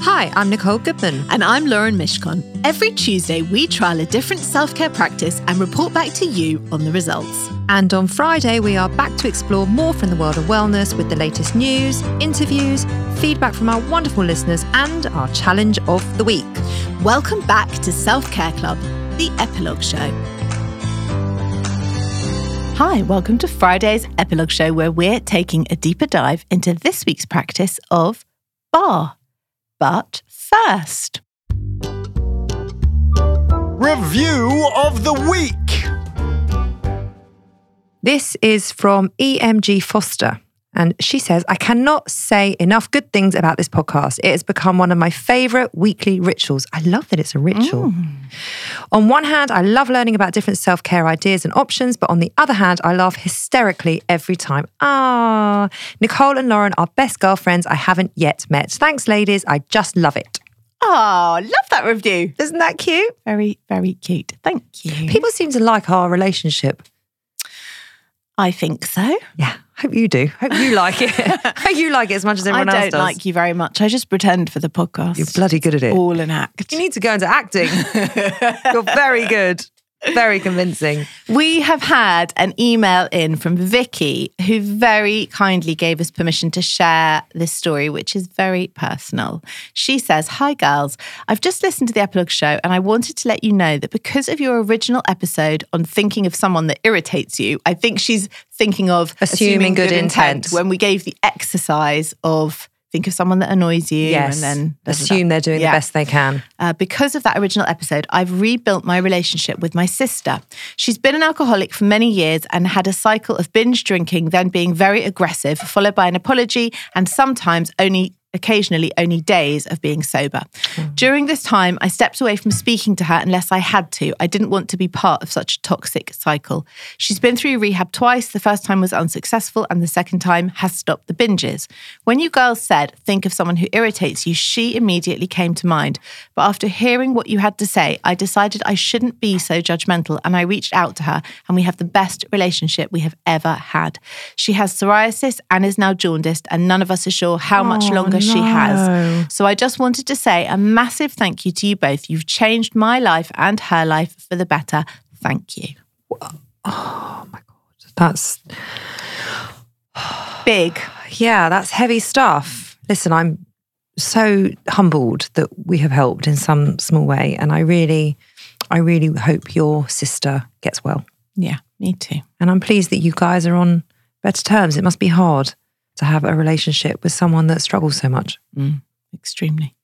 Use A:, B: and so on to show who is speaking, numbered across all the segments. A: Hi, I'm Nicole Goodman.
B: And I'm Lauren Mishcon. Every Tuesday, we trial a different self care practice and report back to you on the results.
A: And on Friday, we are back to explore more from the world of wellness with the latest news, interviews, feedback from our wonderful listeners, and our challenge of the week.
B: Welcome back to Self Care Club, the epilogue show. Hi, welcome to Friday's epilogue show, where we're taking a deeper dive into this week's practice of bar. But first,
C: Review of the week.
A: This is from EMG Foster. And she says, I cannot say enough good things about this podcast. It has become one of my favorite weekly rituals. I love that it's a ritual.
B: Mm.
A: On one hand, I love learning about different self care ideas and options, but on the other hand, I laugh hysterically every time. Ah, Nicole and Lauren are best girlfriends I haven't yet met. Thanks, ladies. I just love it.
B: oh, love that review.
A: Isn't that cute?
B: Very, very cute. Thank you.
A: People seem to like our relationship.
B: I think so.
A: Yeah. Hope you do. Hope you like it. hope you like it as much as
B: I
A: everyone else
B: don't
A: does.
B: like you very much. I just pretend for the podcast.
A: You're bloody good at it.
B: All an act.
A: You need to go into acting. You're very good, very convincing.
B: We have had an email in from Vicky, who very kindly gave us permission to share this story, which is very personal. She says, Hi, girls. I've just listened to the epilogue show, and I wanted to let you know that because of your original episode on thinking of someone that irritates you, I think she's thinking of
A: Assuming good intent.
B: when we gave the exercise of think of someone that annoys you
A: Yes.
B: and then
A: assume they're doing
B: Yeah.
A: the best they can.
B: Uh, because of that original episode, I've rebuilt my relationship with my sister. She's been an alcoholic for many years and had a cycle of binge drinking, then being very aggressive, followed by an apology, and sometimes only. Occasionally, only days of being sober. During this time, I stepped away from speaking to her unless I had to. I didn't want to be part of such a toxic cycle. She's been through rehab twice. The first time was unsuccessful, and the second time has stopped the binges. When you girls said, think of someone who irritates you, she immediately came to mind. But after hearing what you had to say, I decided I shouldn't be so judgmental and I reached out to her, and we have the best relationship we have ever had. She has psoriasis and is now jaundiced, and none of us are sure how much longer she has. So I just wanted to say a massive thank you to you both. You've changed my life and her life for the better. Thank you.
A: That's
B: Big.
A: yeah, that's heavy stuff. Listen, I'm so humbled that we have helped in some small way, and I really, I really hope your sister gets well.
B: Yeah, me too.
A: And I'm pleased that you guys are on better terms. It must be hard to have a relationship with someone that struggles so much.
B: extremely.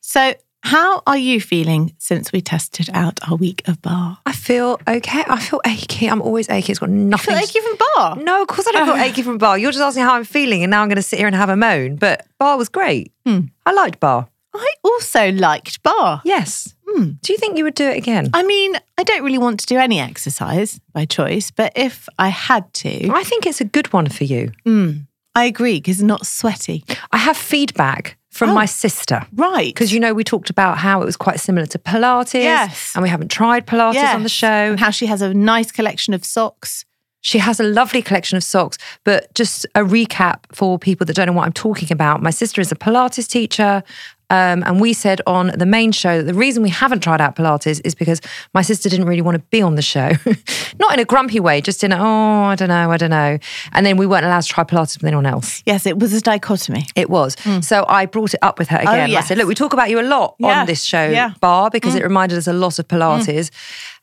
B: So, how are you feeling since we tested out our week of bar?
A: I feel okay. I feel achy. I'm always achy. It's got
B: I feel
A: nothing. to-
B: like you're from bar.
A: No, of course I don't feel achy from bar. You're just asking how I'm feeling, and now I'm going to sit here and have a moan. But bar was great.
B: Hmm.
A: I liked bar.
B: I also liked bar.
A: Yes. Do you think you would do it again?
B: I mean, I don't really want to do any exercise by choice, but if I had to,
A: I think it's a good one for you.
B: Hmm. I agree because it's not sweaty.
A: I have feedback from
B: Oh.
A: my sister.
B: Right.
A: Because you know, we talked about how it was quite similar to Pilates.
B: Yes.
A: And we haven't tried Pilates on the show.
B: And how she has a nice collection of socks.
A: She has a lovely collection of socks, but just a recap for people that don't know what I'm talking about. My sister is a Pilates teacher. Um, and we said on the main show that the reason we haven't tried out Pilates is because my sister didn't really want to be on the show. Not in a grumpy way, just in a, oh, I don't know, I don't know. And then we weren't allowed to try Pilates with anyone else.
B: Yes, it was a dichotomy.
A: It was. So I brought it up with her again. I
B: Hmm. Oh, yes.
A: said, look, we talk about you a lot
B: Yeah.
A: on this show,
B: Yeah. Hmm.
A: Bar, because it reminded us a lot of Pilates.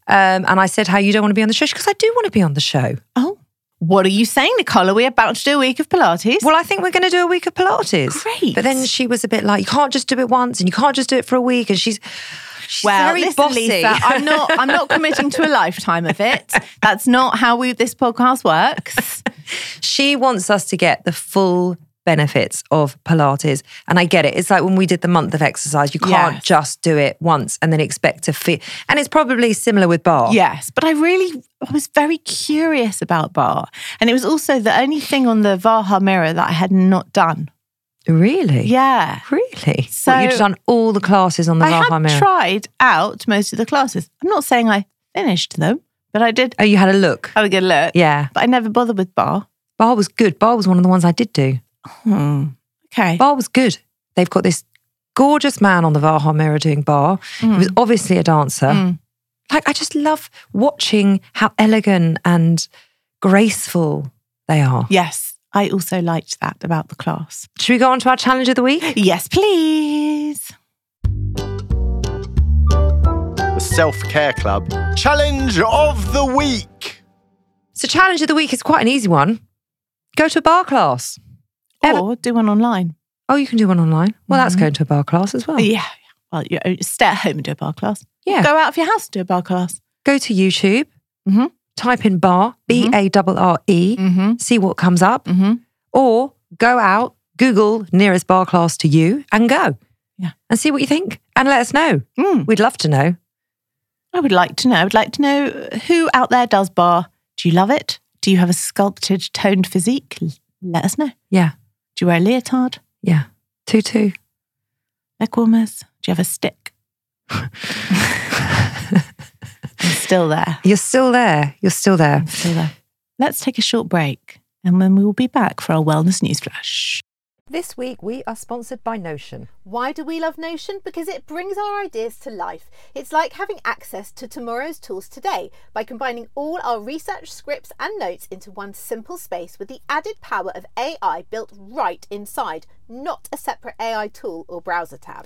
A: Um, and I said how you don't want to be on the show. She goes, I do want to be on the show.
B: Oh. What are you saying, Nicole? Are we about to do a week of Pilates?
A: Well, I think we're going to do a week of Pilates.
B: Great.
A: But then she was a bit like, you can't just do it once and you can't just do it for a week. And she's, she's very
B: listen,
A: bossy.
B: Lisa, I'm not. I'm not committing to a lifetime of it. That's not how we this podcast works.
A: she wants us to get the full benefits of Pilates. And I get it. It's like when we did the month of exercise, you can't
B: Yes.
A: just do it once and then expect to feel. And it's probably similar with bar.
B: Yes, but I really I was very curious about bar, and it was also the only thing on the Vaha mirror that I had not done.
A: Really?
B: Yeah,
A: Really?
B: So-
A: What, you've done all the classes on the
B: I
A: Vaha
B: had
A: mirror.
B: tried out most of the classes. I'm not saying I finished them, but I did
A: oh, you had a look.
B: have a good look.
A: Yeah.
B: But I never bothered with bar.
A: Bar was good. Bar was one of the ones I did do.
B: Hmm. Okay.
A: Bar was good. They've got this gorgeous man on the Vaha mirror doing bar. He was obviously a dancer. Like, I just love watching how elegant and graceful they are.
B: Yes, I also liked that about the class.
A: Should we go on to our challenge of the week?
B: Yes, please.
C: The Self Care Club Challenge of the Week.
A: So, challenge of the week is quite an easy one. Go to a bar class. Ever-
B: Or do one online.
A: Oh, you can do one online. Well, that's going to a bar class as well.
B: Yeah. Well, you uh, stay at home and do a bar class.
A: Yeah.
B: Go out of your house and do a bar class.
A: Go to YouTube,
B: Mhm.
A: type in bar, B A R R E,
B: Mm-hmm.
A: see what comes up,
B: Mm-hmm.
A: or go out, Google nearest bar class to you and go.
B: Yeah.
A: And see what you think and let us know.
B: Mm.
A: We'd love to know.
B: I would like to know. I would like to know who out there does bar. Do you love it? Do you have a sculpted, toned physique? L- Let us know.
A: Yeah.
B: Do you wear a leotard,
A: Yeah. Tutu.
B: neck warmers? Do you have a stick? I'm still there.
A: You're still there. You're still there.
B: I'm still there. Let's take a short break and then we will be back for our wellness news flash.
A: This week we are sponsored by Notion.
D: Why do we love Notion? Because it brings our ideas to life. It's like having access to tomorrow's tools today by combining all our research, scripts, and notes into one simple space with the added power of AI built right inside, not a separate AI tool or browser tab.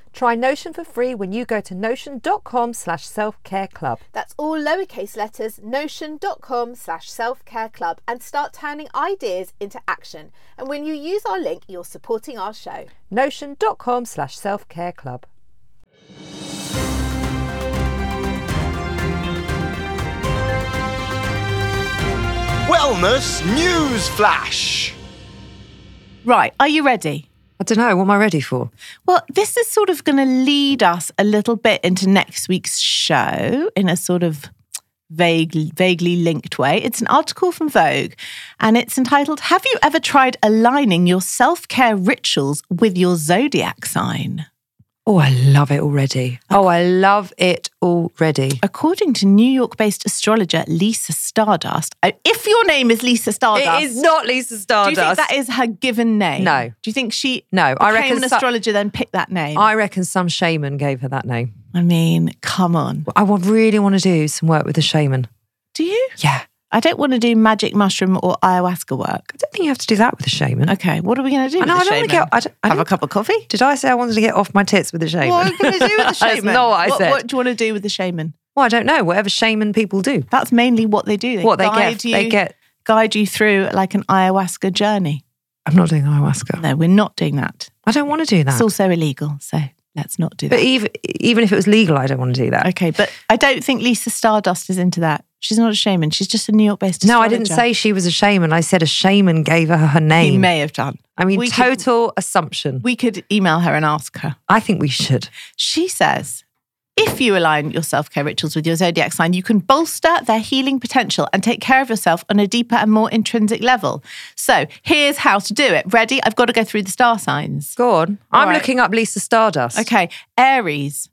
A: Try Notion for free when you go to notion.com slash self care club.
D: That's all lowercase letters, notion.com slash self care club, and start turning ideas into action. And when you use our link, you're supporting our show.
A: Notion.com slash self care club.
C: Wellness News Flash.
B: Right, are you ready?
A: I don't know, what am I ready for?
B: Well, this is sort of going to lead us a little bit into next week's show in a sort of vague, vaguely linked way. It's an article from Vogue and it's entitled Have You Ever Tried Aligning Your Self Care Rituals with Your Zodiac Sign?
A: Oh, I love it already. Oh, I love it already.
B: According to New York based astrologer Lisa Stardust, uh, if your name is Lisa Stardust,
A: It is not Lisa
B: do
A: Stardust.
B: you think that is her given name?
A: No.
B: Do you think she
A: No, I
B: became
A: reckon
B: an
A: so-
B: astrologer then picked that name?
A: I reckon some shaman gave her that name.
B: I mean, come on.
A: I would really want to do some work with a shaman.
B: Do you?
A: Yeah.
B: I don't want to do magic mushroom or ayahuasca work.
A: I don't think you have to do that with a shaman.
E: Mm-hmm.
B: Okay, what are we going to do?
A: I know,
B: with
A: I
B: the
A: don't want to
B: shaman?
A: get. I don't, I
B: Have a
A: don't-
B: cup of coffee.
A: Did I say I wanted to get off my tits with a shaman?
B: What are we going to do with the
A: That's
B: shaman?
A: not what I
B: what,
A: said.
B: what do you want to do with the shaman?
A: Well, I don't know. Whatever shaman people do.
B: That's mainly what they do. They
A: What they
B: guide
A: get-
B: You,
A: they get-
B: guide you through like an ayahuasca journey.
A: I'm not doing
E: Oh.
A: ayahuasca.
B: No, we're not doing that.
A: I don't want to do that.
B: It's also illegal, so let's not do
A: but
B: that.
A: even even if it was legal, I don't want to do that.
B: okay, but I don't think Lisa Stardust is into that. She's not a shaman. She's just a New York based.
A: No, I didn't say she was a shaman. I said a shaman gave her her
B: He
A: name.
B: may have done.
A: I mean,
B: We could-
A: total assumption.
B: we could email her and ask her.
A: I think we should.
B: She says, if you align your self care rituals with your zodiac sign, you can bolster their healing potential and take care of yourself on a deeper and more intrinsic level. So here's how to do it. Ready? I've got to go through the star signs.
A: Go on. I'm
B: right.
A: looking up Lisa Stardust.
B: Okay, Aries.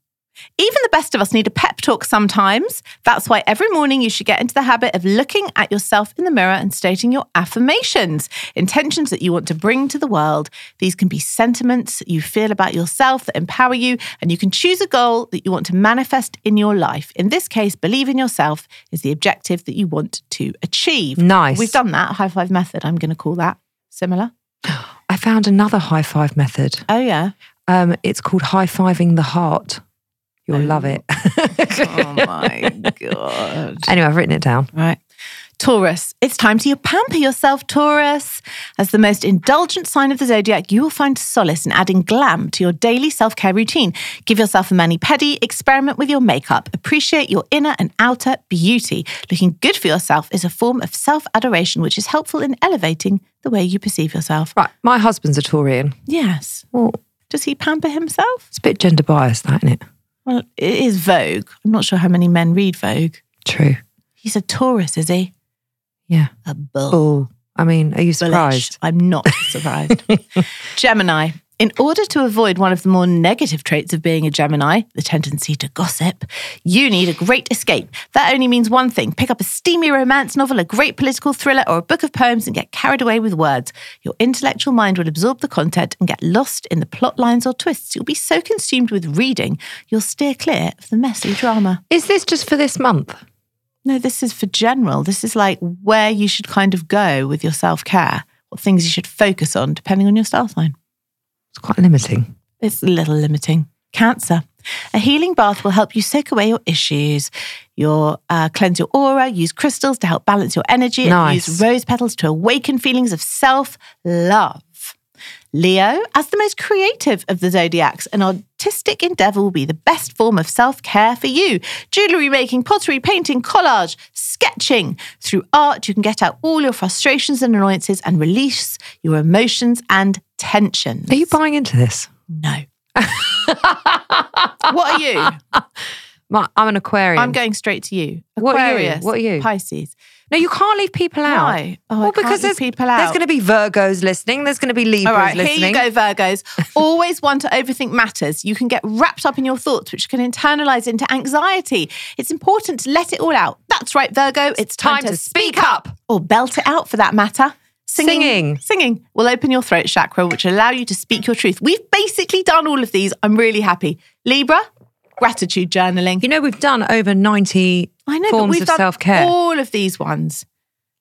B: Even the best of us need a pep talk sometimes. That's why every morning you should get into the habit of looking at yourself in the mirror and stating your affirmations, intentions that you want to bring to the world. These can be sentiments you feel about yourself that empower you, and you can choose a goal that you want to manifest in your life. In this case, believe in yourself is the objective that you want to achieve.
A: Nice.
B: We've done that high five method, I'm going to call that similar.
A: I found another high five method.
B: Oh, yeah.
A: Um, it's called high fiving the heart. You'll love it.
B: Oh, my God.
A: anyway, I've written it down.
B: Right. Taurus, it's time to pamper yourself, Taurus. As the most indulgent sign of the zodiac, you will find solace in adding glam to your daily self care routine. Give yourself a mani pedi, experiment with your makeup, appreciate your inner and outer beauty. Looking good for yourself is a form of self adoration, which is helpful in elevating the way you perceive yourself.
A: Right, my husband's a Taurian.
B: Yes.
A: Well,
B: Does he pamper himself?
A: it's a bit gender biased, that isn't it?
B: Well, it is Vogue. I'm not sure how many men read Vogue.
A: True.
B: He's a Taurus, is he?
A: Yeah.
B: A bull.
A: Oh, I mean, are you surprised?
B: Bullish. I'm not surprised. Gemini. In order to avoid one of the more negative traits of being a Gemini, the tendency to gossip, you need a great escape. That only means one thing pick up a steamy romance novel, a great political thriller, or a book of poems and get carried away with words. Your intellectual mind will absorb the content and get lost in the plot lines or twists. You'll be so consumed with reading, you'll steer clear of the messy drama.
A: Is this just for this month?
B: No, this is for general. This is like where you should kind of go with your self care, what things you should focus on depending on your star sign.
A: It's quite limiting.
B: It's a little limiting. Cancer. A healing bath will help you soak away your issues. Your uh, cleanse your aura. Use crystals to help balance your energy. and
A: Nice.
B: use rose petals to awaken feelings of self love. Leo, as the most creative of the zodiacs, an artistic endeavor will be the best form of self care for you. Jewelry making, pottery, painting, collage, sketching. Through art, you can get out all your frustrations and annoyances and release your emotions and tensions.
A: Are you buying into this?
B: No. what are you?
A: My, I'm an Aquarian.
B: I'm going straight to you.
A: What are you?
B: Aquarius.
A: What are you?
B: Pisces.
A: no, you can't leave people out.
B: Why? Oh, I
A: well,
B: can't
A: because
B: leave
A: there's,
B: people
A: there's
B: out.
A: going to be Virgos listening. There's going to be Libras
B: All right,
A: listening.
B: here you go, Virgos. Always want to overthink matters. You can get wrapped up in your thoughts, which can internalize into anxiety. It's important to let it all out. That's right, Virgo. It's,
A: Time to speak up.
B: or belt it out for that matter.
A: Singing.
B: singing will open your throat chakra, which will allow you to speak your truth. We've basically done all of these. I'm really happy. Libra, gratitude journaling.
A: You know, we've done over 90
B: I know, but
A: forms
B: we've
A: of
B: done
A: self care.
B: all of these ones.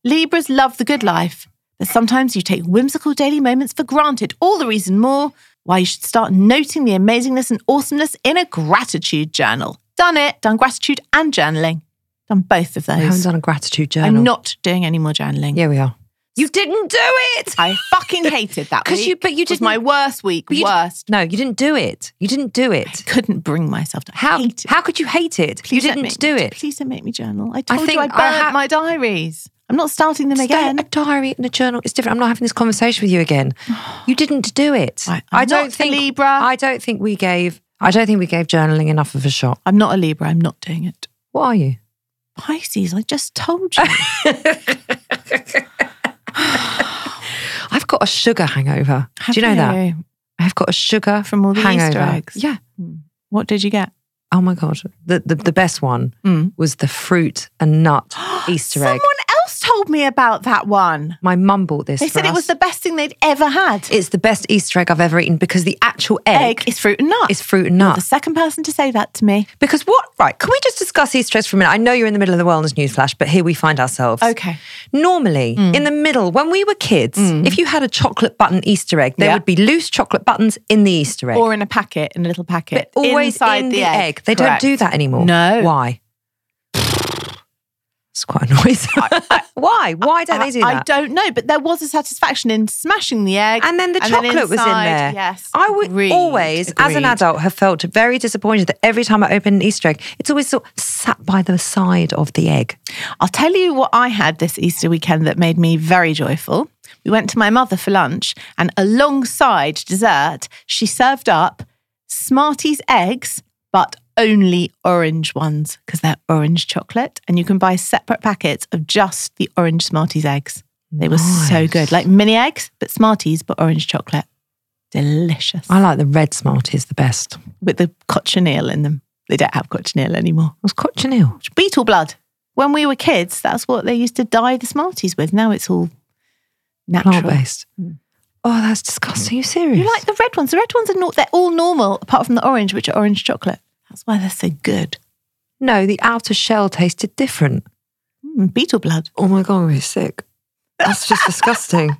B: Libras love the good life, but sometimes you take whimsical daily moments for granted. All the reason more why you should start noting the amazingness and awesomeness in a gratitude journal. Done it. Done gratitude and journaling. Done both of
A: We haven't
B: those.
A: done a gratitude journal.
B: I'm not doing any more journaling.
A: Yeah, we are. You didn't do it.
B: I fucking hated that
A: 'Cause you-
B: week.
A: but you
B: It was
A: didn't-
B: my worst week.
A: But you-
B: worst.
A: No, you didn't do it. You didn't do it.
B: Couldn't bring myself to
A: How
B: hate it.
A: how could you hate it?
B: Please
A: you
B: don't
A: didn't do
B: make me-
A: it.
B: Please don't make me journal. I told you
A: think
B: I
A: I
B: burnt
A: ha-
B: my diaries. I'm not starting them
A: Stay-
B: again.
A: a diary and a journal is different. I'm not having this conversation with you again. You didn't do it.
B: Right, I'm
A: I don't
B: not a
A: think
B: Libra.
A: I don't think we gave I don't think we gave journaling enough of a shot.
B: I'm not a Libra. I'm not doing it.
A: What are you?
B: Pisces, I just told you.
A: I've got a sugar hangover. do you know that?
B: Have you?
A: I've got a sugar
B: From all the Easter
A: hangover.
B: eggs?
A: Yeah.
B: What did you get?
A: Oh my god. The the, the best one
B: Mm.
A: was the fruit and nut Easter egg.
B: Someone else told me about that one.
A: My mum bought this.
B: They
A: for
B: said it
A: us.
B: was the best thing they'd ever had.
A: It's the best Easter egg I've ever eaten because the actual egg,
B: Egg is fruit and nut.
A: is fruit and
B: You're
A: nut.
B: the second person to say that to me.
A: Because what, right, can we just discuss Easter eggs for a minute? I know you're in the middle of the wellness newsflash, but here we find ourselves.
B: Okay. Mm.
A: Normally, in the middle, when we were kids, if you had a chocolate button Easter egg, there
B: Yeah.
A: would be loose chocolate buttons in the Easter egg.
B: Or in a packet, in a little packet.
A: always
B: inside
A: in the, egg. They
B: Correct.
A: don't do that anymore.
B: No.
A: Why? it's quite annoying. Why? Why don't they do
B: I-
A: that?
B: I don't know, but there was a satisfaction in smashing the egg.
A: And then the chocolate was in
B: inside-
A: there.
B: Yes.
A: I would
B: Agreed,
A: always, as an
B: agreed.
A: adult, have felt very disappointed that every time I open an Easter egg, it's always sort of sat by the side of the egg.
B: I'll tell you what I had this Easter weekend that made me very joyful. We went to my mother for lunch, and alongside dessert, she served up Smarties eggs, but only orange ones because they're orange chocolate. And you can buy separate packets of just the orange Smarties eggs. They were so
A: Nice.
B: good, like mini eggs, but Smarties, but orange chocolate. Delicious.
A: I like the red Smarties the best.
B: With the cochineal in them. They don't have cochineal anymore.
A: What's cochineal?
B: Beetle blood. When we were kids, that's what they used to dye the Smarties with. Now it's all natural. Hmm.
A: Plant based. Oh, that's disgusting. Are you serious?
B: You like the red ones. The red ones are not, they're all normal apart from the orange, which are orange chocolate. That's why they're so good.
A: no, the outer shell tasted different.
B: Mm, beetle blood.
A: Oh my god, we're sick. That's just disgusting.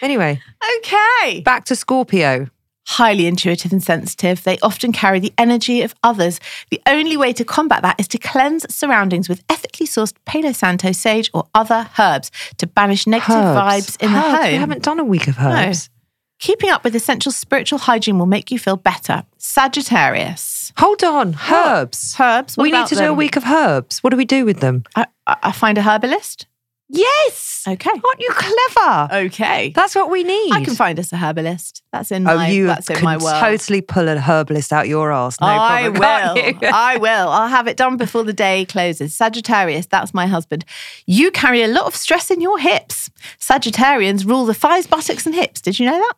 A: Anyway,
B: Okay.
A: back to Scorpio.
B: highly intuitive and sensitive. They often carry the energy of others. The only way to combat that is to cleanse surroundings with ethically sourced Palo Santo sage or other herbs to banish negative
A: Herbs.
B: vibes in
A: Herbs.
B: the home.
A: We haven't done a week of herbs.
B: Keeping up with essential spiritual hygiene will make you feel better. Sagittarius.
A: Hold on, herbs.
B: Herbs. What
A: we need
B: about
A: to do a
B: them?
A: week of herbs. What do we do with them?
B: I, I I find a herbalist.
A: Yes.
B: Okay.
A: Aren't you clever?
B: Okay.
A: That's what we need.
B: I can find us a herbalist. That's in
A: Oh,
B: my.
A: you
B: that's in
A: can
B: my world.
A: totally pull a herbalist out your ass. No
B: I
A: problem, can't
B: will.
A: you?
B: I will. I'll have it done before the day closes. Sagittarius, that's my husband. You carry a lot of stress in your hips. Sagittarians rule the thighs, buttocks, and hips. Did you know that?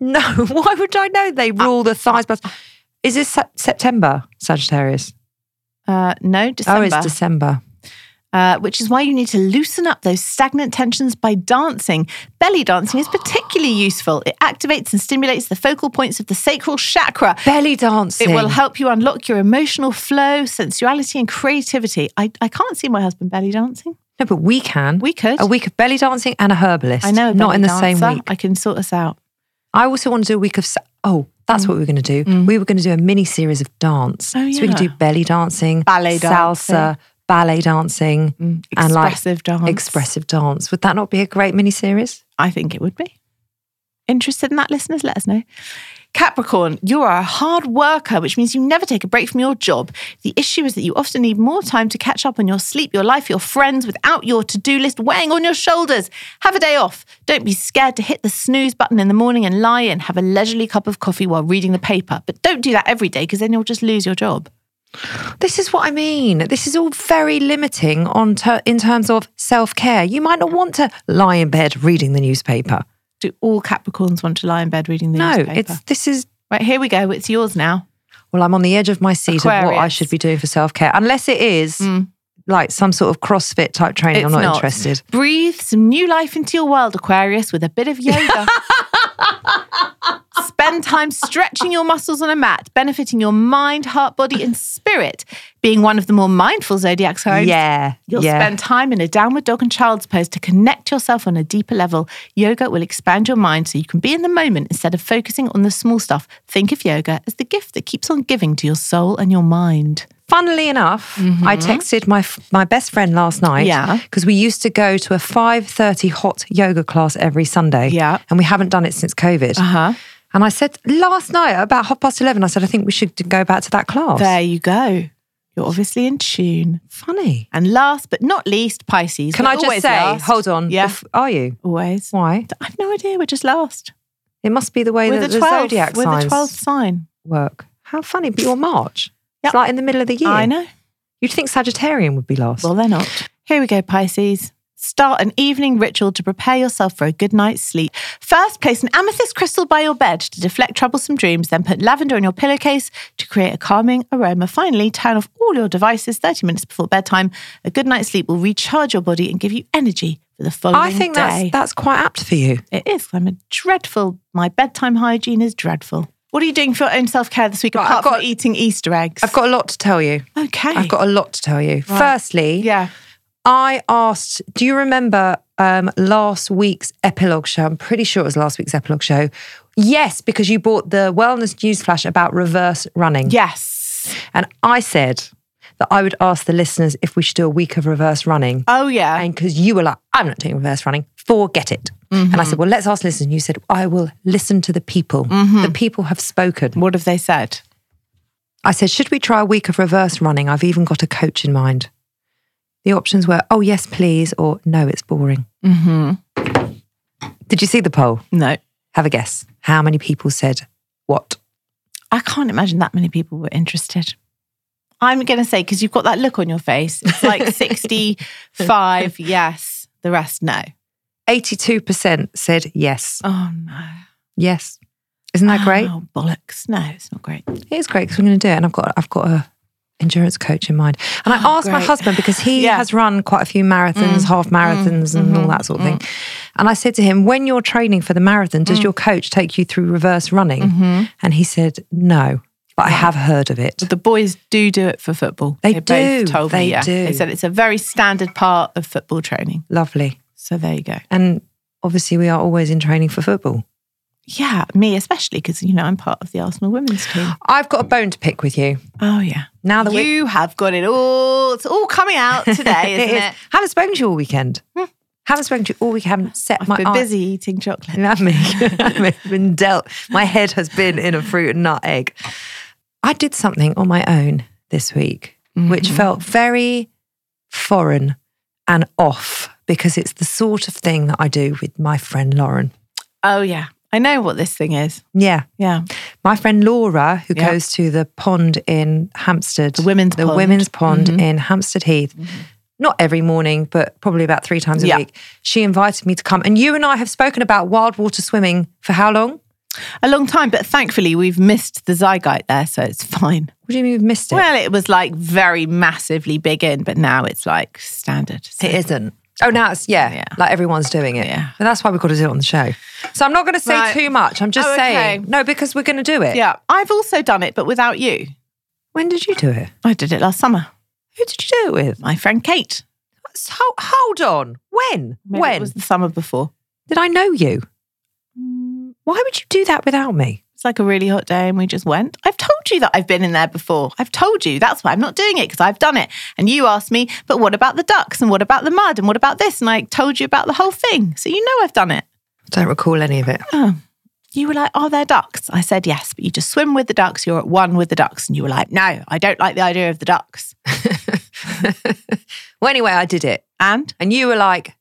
A: no, why would I know? They
B: Uh,
A: rule the thighs. But is this Se- September, Sagittarius?
B: Uh, no, December.
A: Oh, it's December.
B: uh, which is why you need to loosen up those stagnant tensions by dancing. Belly dancing is particularly useful. It activates and stimulates the focal points of the sacral chakra.
A: Belly dancing.
B: It will help you unlock your emotional flow, sensuality, and creativity. I, I can't see my husband belly dancing.
A: No, but we can.
B: We could.
A: A week of belly dancing and a herbalist.
B: I know. a
A: Not
B: belly
A: in the
B: dancer.
A: same week.
B: I can sort us out.
A: I also want to do a week of. sa- Oh, that's what we were going to do.
B: Mm.
A: We were going to do a mini series of dance.
B: Oh,
A: So we can do
B: yeah.
A: belly dancing,
B: Ballet
A: salsa, ballet dancing, and like
B: Expressive dance.
A: Expressive dance. Would that not be a great mini series?
B: I think it would be. Interested in that, listeners? Let us know. Capricorn, you are a hard worker, which means you never take a break from your job. The issue is that you often need more time to catch up on your sleep, your life, your friends, without your to do list weighing on your shoulders. Have a day off. Don't be scared to hit the snooze button in the morning and lie and have a leisurely cup of coffee while reading the paper. But don't do that every day because then you'll just lose your job.
A: This is what I mean. This is all very limiting on ter- in terms of self care. You might not want to lie in bed reading the newspaper.
B: Do all Capricorns want to lie in bed reading the
A: no,
B: newspaper?
A: it's this is
B: Right, here we go. It's yours now.
A: well, I'm on the edge of my seat of what I
B: Aquarius.
A: should be doing for self care, unless it is like some sort of CrossFit type training. I'm
B: It's
A: not, interested.
B: Breathe some new life into your world, Aquarius, with a bit of yoga. Spend time stretching your muscles on a mat, benefiting your mind, heart, body, and spirit. Being one of the more mindful zodiac signs,
A: Yeah,
B: you'll
A: yeah.
B: spend time in a downward dog and child's pose to connect yourself on a deeper level. Yoga will expand your mind so you can be in the moment instead of focusing on the small stuff. Think of yoga as the gift that keeps on giving to your soul and your mind.
A: Funnily enough, I texted my f- my best friend last night.
B: Mm. Yeah.
A: because we used to go to a five thirty hot yoga class every Sunday.
B: Yeah.
A: and we haven't done it since COVID.
B: Uh huh.
A: And I said last night about half past eleven. I said I think we should go back to that class.
B: There you go. You're obviously in tune.
A: Funny.
B: And last but not least, Pisces.
A: Can
B: We're
A: I just
B: always
A: say?
B: last.
A: Hold on.
B: Yeah.
A: bef- are you?
B: always.
A: Why?
B: I've no idea. We're just last.
A: It must be the way
B: We're
A: that
B: the
A: the,
B: 12th.
A: zodiac
B: We're
A: signs
B: the 12th sign.
A: work. How funny! But you're March.
B: Yep.
A: It's like in the middle of the year.
B: I know.
A: You'd think Sagittarian would be last.
B: Well, they're not. Here we go, Pisces. Start an evening ritual to prepare yourself for a good night's sleep. First, place an amethyst crystal by your bed to deflect troublesome dreams, then put lavender on your pillowcase to create a calming aroma. Finally, turn off all your devices 30 minutes before bedtime. A good night's sleep will recharge your body and give you energy for the following
A: I think
B: day.
A: that's that's quite apt for you.
B: It is. I'm a dreadful. My bedtime hygiene is dreadful. What are you doing for your own self care this week
A: Right,
B: apart
A: I've got-
B: from eating Easter eggs?
A: I've got a lot to tell you.
B: Okay.
A: I've got a lot to tell you. Firstly,
B: Yeah.
A: I asked, do you remember um, last week's epilogue show? I'm pretty sure it was last week's epilogue show. Yes, because you bought the wellness newsflash about reverse running.
B: Yes.
A: And I said that I would ask the listeners if we should do a week of reverse running.
B: Oh yeah.
A: And because you were like, I'm not doing reverse running, forget it. And I said, Well, let's ask listeners. And you said, I will listen to the people. The people have spoken.
B: what have they said?
A: I said, Should we try a week of reverse running? I've even got a coach in mind. The options were, Oh, yes, please, or No, it's boring. Mm-hmm. Did you see the poll?
B: No,
A: Have a guess. How many people said what?
B: I can't imagine that many people were interested. I'm going to say because you've got that look on your face. It's like 65. Yes. The rest no.
A: 82% said yes.
B: Oh no.
A: Yes. Isn't that great?
B: Oh, bollocks. No, it's not great.
A: It is great because we're going to do it, and I've got I've got a endurance coach in mind. And I asked my
B: Oh, great.
A: husband because he
B: Yeah. Mm. Mm-hmm.
A: has run quite a few marathons, half marathons, and all that sort of thing. And I said to him, when you're training for the marathon,
B: Mm.
A: does your coach take you through reverse running? And he said, no, but I have heard of it.
B: Mm-hmm. But the boys do do it for football.
A: They
B: both
A: do.
B: told
A: They
B: me. Yeah.
A: do.
B: They said it's a very standard part of football training.
A: Lovely.
B: So there you go.
A: And obviously, we are always in training for football.
B: Yeah, me especially because you know I'm part of the Arsenal women's team.
A: I've got a bone to pick with you.
B: Oh yeah.
A: Now that we-
B: you have got it all, it's all coming out today, isn't it? Hmm.
A: Haven't spoken to you all weekend. Haven't spoken to you all week. Haven't set
B: I've
A: my
B: been
A: eyes-
B: busy eating chocolate.
A: Not me. I've been dealt. My head has been in a fruit and nut egg. I did something on my own this week, which
B: Mm-hmm.
A: felt very foreign and off because it's the sort of thing that I do with my friend Lauren.
B: Oh yeah, I know what this thing is.
A: Yeah.
B: Yeah,
A: My friend Laura, who
B: Yeah.
A: goes to the pond in Hampstead, the
B: women's
A: the
B: pond. Mm-hmm.
A: women's pond in Hampstead Heath, not every morning, but probably about three times a
B: Yeah.
A: week. She invited me to come, and you and I have spoken about wild water swimming for how long?
B: a long time, but thankfully we've missed the zeitgeist there, so it's fine.
A: What do you mean we've missed it?
B: Well, it was like very massively big in, but now it's like standard. So-
A: It isn't. Oh, now it's yeah,
B: Yeah.
A: like everyone's doing it.
B: Yeah.
A: and that's why we've got to do it on the show. So I'm not going to say
B: Right.
A: too much. I'm just
B: Oh, okay.
A: saying no because we're going to do it.
B: yeah, I've also done it, but without you.
A: When did you do it?
B: I did it last summer.
A: Who did you do it with?
B: My friend Kate.
A: So, hold on. When?
B: Maybe
A: when
B: it was the summer before?
A: did I know you?
B: Mm.
A: Why would you do that without me?
B: It's like a really hot day, and we just went. I've told you that I've been in there before. I've told you that's why I'm not doing it because I've done it. And you asked me, but what about the ducks? And what about the mud? And what about this? And I told you about the whole thing, so you know I've done it.
A: I don't recall any of it.
B: You were like, "Are there ducks?" I said yes, but you just swim with the ducks. You're at one with the ducks, and you were like, "No, I don't like the idea of the ducks."
A: well, anyway, I did it,
B: And
A: and you were like,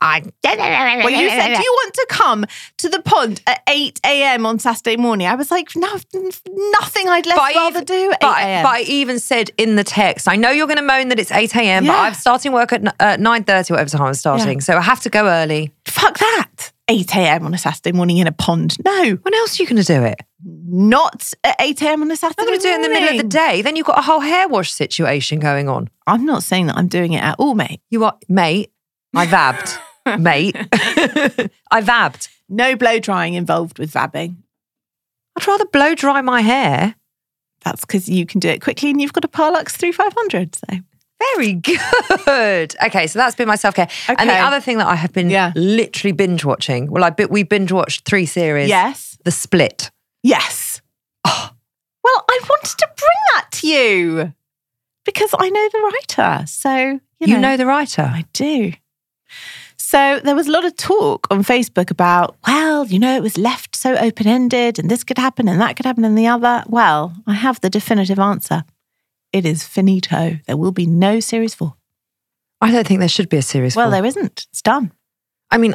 A: I.
B: well, you said, "Do you want to come to the pond at 8 a.m. on Saturday morning?" I was like, "No, nothing. I'd less
A: But I
B: rather
A: even-
B: do at
A: but,
B: 8
A: I,
B: a.m."
A: but I even said in the text, I know you're going to moan that it's 8 a.m., but
B: Yeah.
A: I'm starting work at n- uh, 9.30, whatever time I'm starting. So I have to go early.
B: Fuck that. 8 a.m. on a Saturday morning in a pond. No,
A: When else are you going to do it?
B: not at 8 a.m. on a Saturday
A: I'm going to do it in the middle of the
B: morning.
A: day. Then you've got a whole hair wash situation going on.
B: I'm not saying that I'm doing it at all, mate.
A: You are, mate, I vabbed. mate, I vabbed.
B: No blow drying involved with vabbing.
A: I'd rather blow dry my hair.
B: That's because you can do it quickly and you've got a Parlux 3500. So
A: Very good. Okay, so that's been my self care. And the
B: Okay.
A: other thing that I have been
B: Yeah.
A: literally binge watching, well, I bit we binge watched three series.
B: yes,
A: The Split.
B: yes. Oh. Well, I wanted to bring that to you because I know the writer. So you know,
A: You, know, the writer.
B: I do. So there was a lot of talk on Facebook about, well, you know, it was left so open ended and this could happen and that could happen and the other. Well, I have the definitive answer. It is finito. There will be no series four.
A: I don't think there should be a series.
B: Well,
A: four.
B: there isn't. It's done.
A: I mean,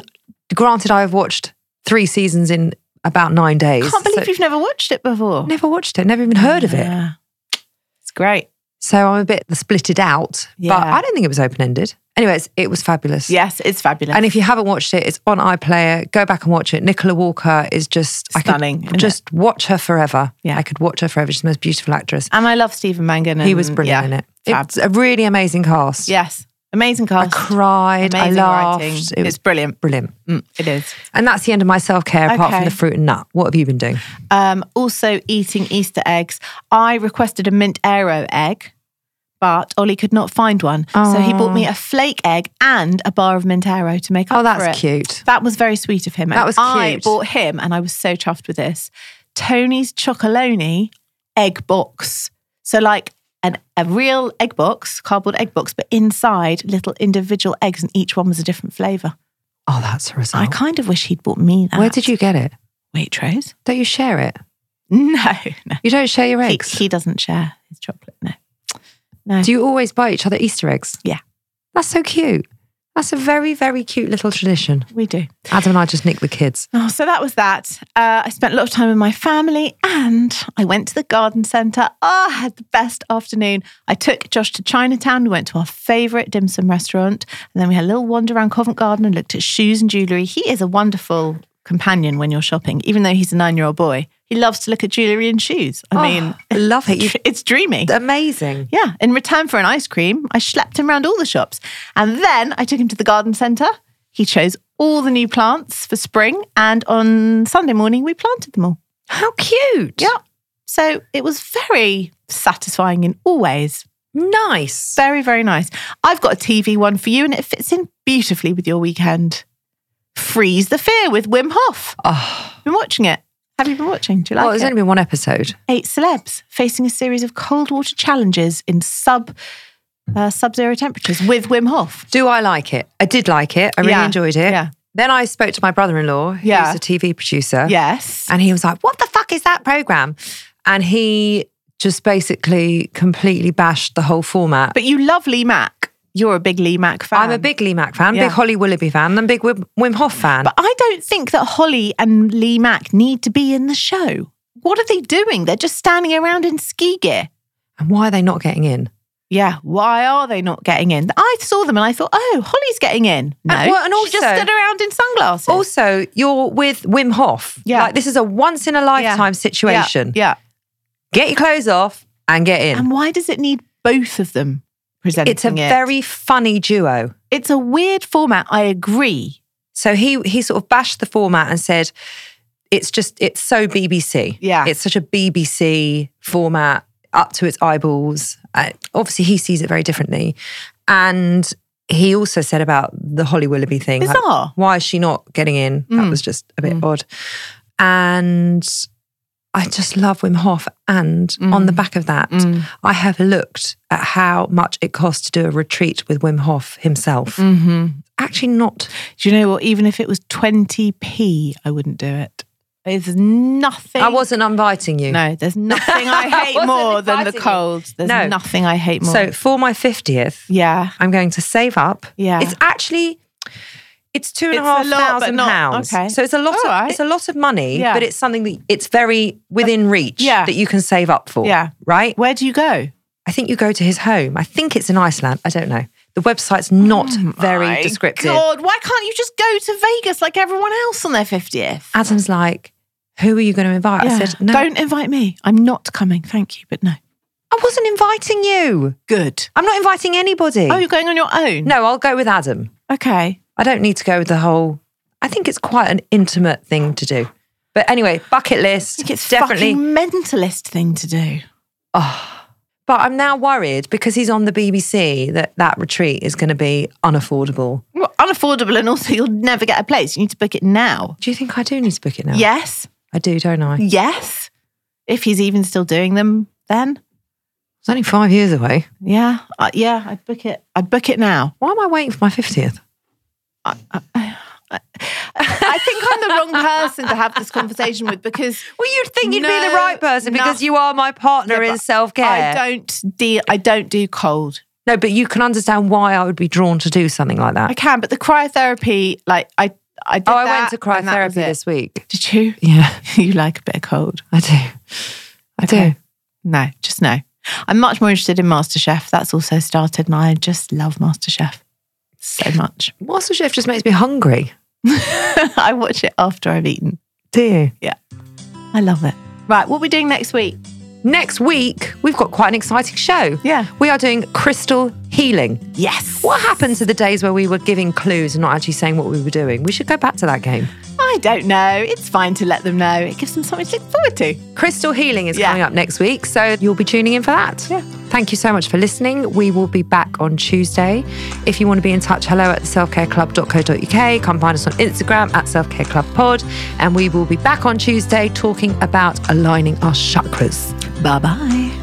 A: granted, I have watched three seasons in about nine days.
B: I can't believe
A: so-
B: you've never watched it before.
A: never watched it, never even heard of it.
B: Yeah. It's great.
A: So I'm a bit splitted out, but
B: Yeah.
A: I don't think it was open ended. Anyways, it was fabulous.
B: Yes, it's fabulous.
A: And if you haven't watched it, it's on iPlayer. Go back and watch it. Nicola Walker is just
B: Stunning,
A: I
B: isn't
A: could
B: it?
A: just watch her forever.
B: Yeah.
A: I could watch her forever. She's the most beautiful actress.
B: and I love Stephen Mangan. And,
A: he was brilliant
B: yeah,
A: in it.
B: fab.
A: It's a really amazing cast.
B: yes. Amazing
A: I
B: cast.
A: cried.
B: Amazing
A: I laughed. It
B: writing.
A: was
B: It's brilliant.
A: brilliant.
B: Mm, it is.
A: And that's the end of my self care, apart from
B: Okay.
A: the fruit and nut. What have you been doing?
B: Um, also, eating Easter eggs. I requested a mint aero egg, but Ollie could not find one. So he bought me a flake egg and a bar of mint aero to make up
A: Oh, that's
B: for it.
A: cute.
B: That was very sweet of him.
A: That
B: And
A: was
B: I
A: cute.
B: bought him, and I was so chuffed with this Tony's Chocolonely egg box. So, like, an, a real egg box, cardboard egg box, but inside little individual eggs, and each one was a different flavour.
A: Oh, that's a result.
B: I kind of wish he'd bought me that.
A: Where did you get it?
B: Waitrose?
A: Don't you share it?
B: No, no.
A: You don't share your
B: He-
A: eggs.
B: He, doesn't share his chocolate. No. No.
A: Do you always buy each other Easter eggs?
B: Yeah.
A: That's so cute. That's a very, very cute little tradition.
B: we do.
A: Adam and I just nick the kids.
B: Oh, so that was that. Uh, I spent a lot of time with my family and I went to the garden centre. Oh, I had the best afternoon. I took Josh to Chinatown. We went to our favourite dim sum restaurant. And then we had a little wander around Covent Garden and looked at shoes and jewellery. He is a wonderful companion when you're shopping, even though he's a nine year old boy. He loves to look at jewelry and shoes. Oh, I mean,
A: I love it. You,
B: it's dreamy.
A: amazing.
B: Yeah. In return for an ice cream, I schlepped him round all the shops. And then I took him to the garden centre. He chose all the new plants for spring. And on Sunday morning, we planted them all.
A: How cute.
B: Yeah. So it was very satisfying in all ways.
A: Nice.
B: Very, very nice. I've got a TV one for you, and it fits in beautifully with your weekend. Freeze the Fear with Wim Hof.
A: Oh,
B: Been watching it. Have you been watching? Do you like
A: well, there's
B: it?
A: only been one episode.
B: Eight celebs facing a series of cold water challenges in sub uh, sub-zero temperatures with Wim Hof.
A: Do I like it? I did like it. I really
B: Yeah,
A: enjoyed it.
B: yeah.
A: Then I spoke to my brother in law, who's
B: Yeah.
A: a TV producer.
B: Yes.
A: And he was like, What the fuck is that program? And he just basically completely bashed the whole format.
B: But you love Lee Mack. You're a big Lee Mack fan.
A: I'm a big Lee Mack fan,
B: Yeah.
A: big Holly Willoughby fan, and big Wim, Wim Hof fan.
B: But I don't think that Holly and Lee Mack need to be in the show. What are they doing? They're just standing around in ski gear.
A: and why are they not getting in?
B: Yeah, why are they not getting in? I saw them and I thought, oh, Holly's getting in. No,
A: And- well, and
B: she just
A: also-
B: stood around in sunglasses.
A: Also, you're with Wim Hof.
B: Yeah.
A: Like, this is a once in a
B: Yeah.
A: lifetime
B: Yeah,
A: situation.
B: Yeah,
A: Get your clothes off and get in.
B: And why does it need both of them presenting
A: it's a
B: it?
A: very funny duo.
B: it's a weird format. I agree.
A: So he he sort of bashed the format and said, "It's just it's so BBC.
B: Yeah.
A: it's such a BBC format up to its eyeballs." Uh, obviously, he sees it very differently, and he also said about the Holly Willoughby thing. like,
B: Bizarre. Mm.
A: why is she not getting in? That was just a bit odd. And I just love Wim Hof. And
B: Mm.
A: on the back of that, I have looked at how much it costs to do a retreat with Wim Hof himself.
B: Mm-hmm.
A: Actually, not
B: Do you know what? Even if it was 20p, I wouldn't do it. There's nothing.
A: I wasn't inviting you.
B: No, there's nothing I
A: I
B: hate
A: wasn't
B: more than the
A: inviting you.
B: cold. There's
A: No.
B: nothing I hate more.
A: So for my 50th,
B: yeah.
A: I'm going to save up.
B: Yeah.
A: It's actually it's two and a
B: It's a
A: half
B: lot, but
A: thousand
B: not-
A: pounds.
B: okay.
A: So it's a lot of
B: Alright.
A: it's a lot of money,
B: Yeah.
A: but it's something that it's very within reach
B: Yeah.
A: that you can save up for.
B: Yeah.
A: Right?
B: Where do you go?
A: I think you go to his home. I think it's in Iceland. I don't know. The website's not very
B: Oh My
A: descriptive.
B: God, why can't you just go to Vegas like everyone else on their 50th?
A: Adam's like, who are you going to invite? Ah, I
B: Yeah.
A: said, no,
B: Don't invite me. I'm not coming. Thank you, but no.
A: I wasn't inviting you.
B: Good.
A: I'm not inviting anybody.
B: Oh, you're going on your own?
A: no, I'll go with Adam.
B: Okay.
A: I don't need to go with the whole. I think it's quite an intimate thing to do. But anyway, bucket list.
B: I think it's
A: definitely.
B: definitely mentalist thing to do.
A: But I'm now worried because he's on the BBC that that retreat is going to be unaffordable.
B: Well, unaffordable, and also you'll never get a place. You need to book it now.
A: Do you think I do need to book it now?
B: Yes.
A: I do, don't I?
B: Yes. If he's even still doing them, then
A: It's only five years away.
B: yeah, uh, yeah, I'd book it. I'd book it now.
A: Why am I waiting for my 50th?
B: I think I'm the wrong person to have this conversation with because
A: Well, you'd think you'd be
B: No,
A: the right person because
B: no.
A: you are my partner
B: Yeah,
A: in
B: but
A: self care.
B: I don't deal. I don't do cold.
A: No, but you can understand why I would be drawn to do something like that.
B: I can, but the cryotherapy, like I, I did
A: oh, I
B: that
A: went to
B: and that
A: cryotherapy
B: was it.
A: this week.
B: Did you?
A: Yeah,
B: you like a bit of cold?
A: I do. I do.
B: No, just no. I'm much more interested in MasterChef. That's also started, and I just love MasterChef so much.
A: Master Chef just makes me hungry.
B: I watch it after I've eaten.
A: Do you?
B: I love it. Right, what are we doing next week?
A: Next week, we've got quite an exciting show.
B: Yeah.
A: We are doing crystal healing.
B: Yes.
A: What happened to the days where we were giving clues and not actually saying what we were doing? We should go back to that game.
B: I don't know. It's fine to let them know. It gives them something to look forward to.
A: Crystal healing is
B: Yeah.
A: coming up next week, so you'll be tuning in for that.
B: Yeah.
A: Thank you so much for listening. We will be back on Tuesday. If you want to be in touch, hello at selfcareclub.co.uk. Come find us on Instagram at selfcareclubpod. And we will be back on Tuesday talking about aligning our chakras.
B: Bye bye.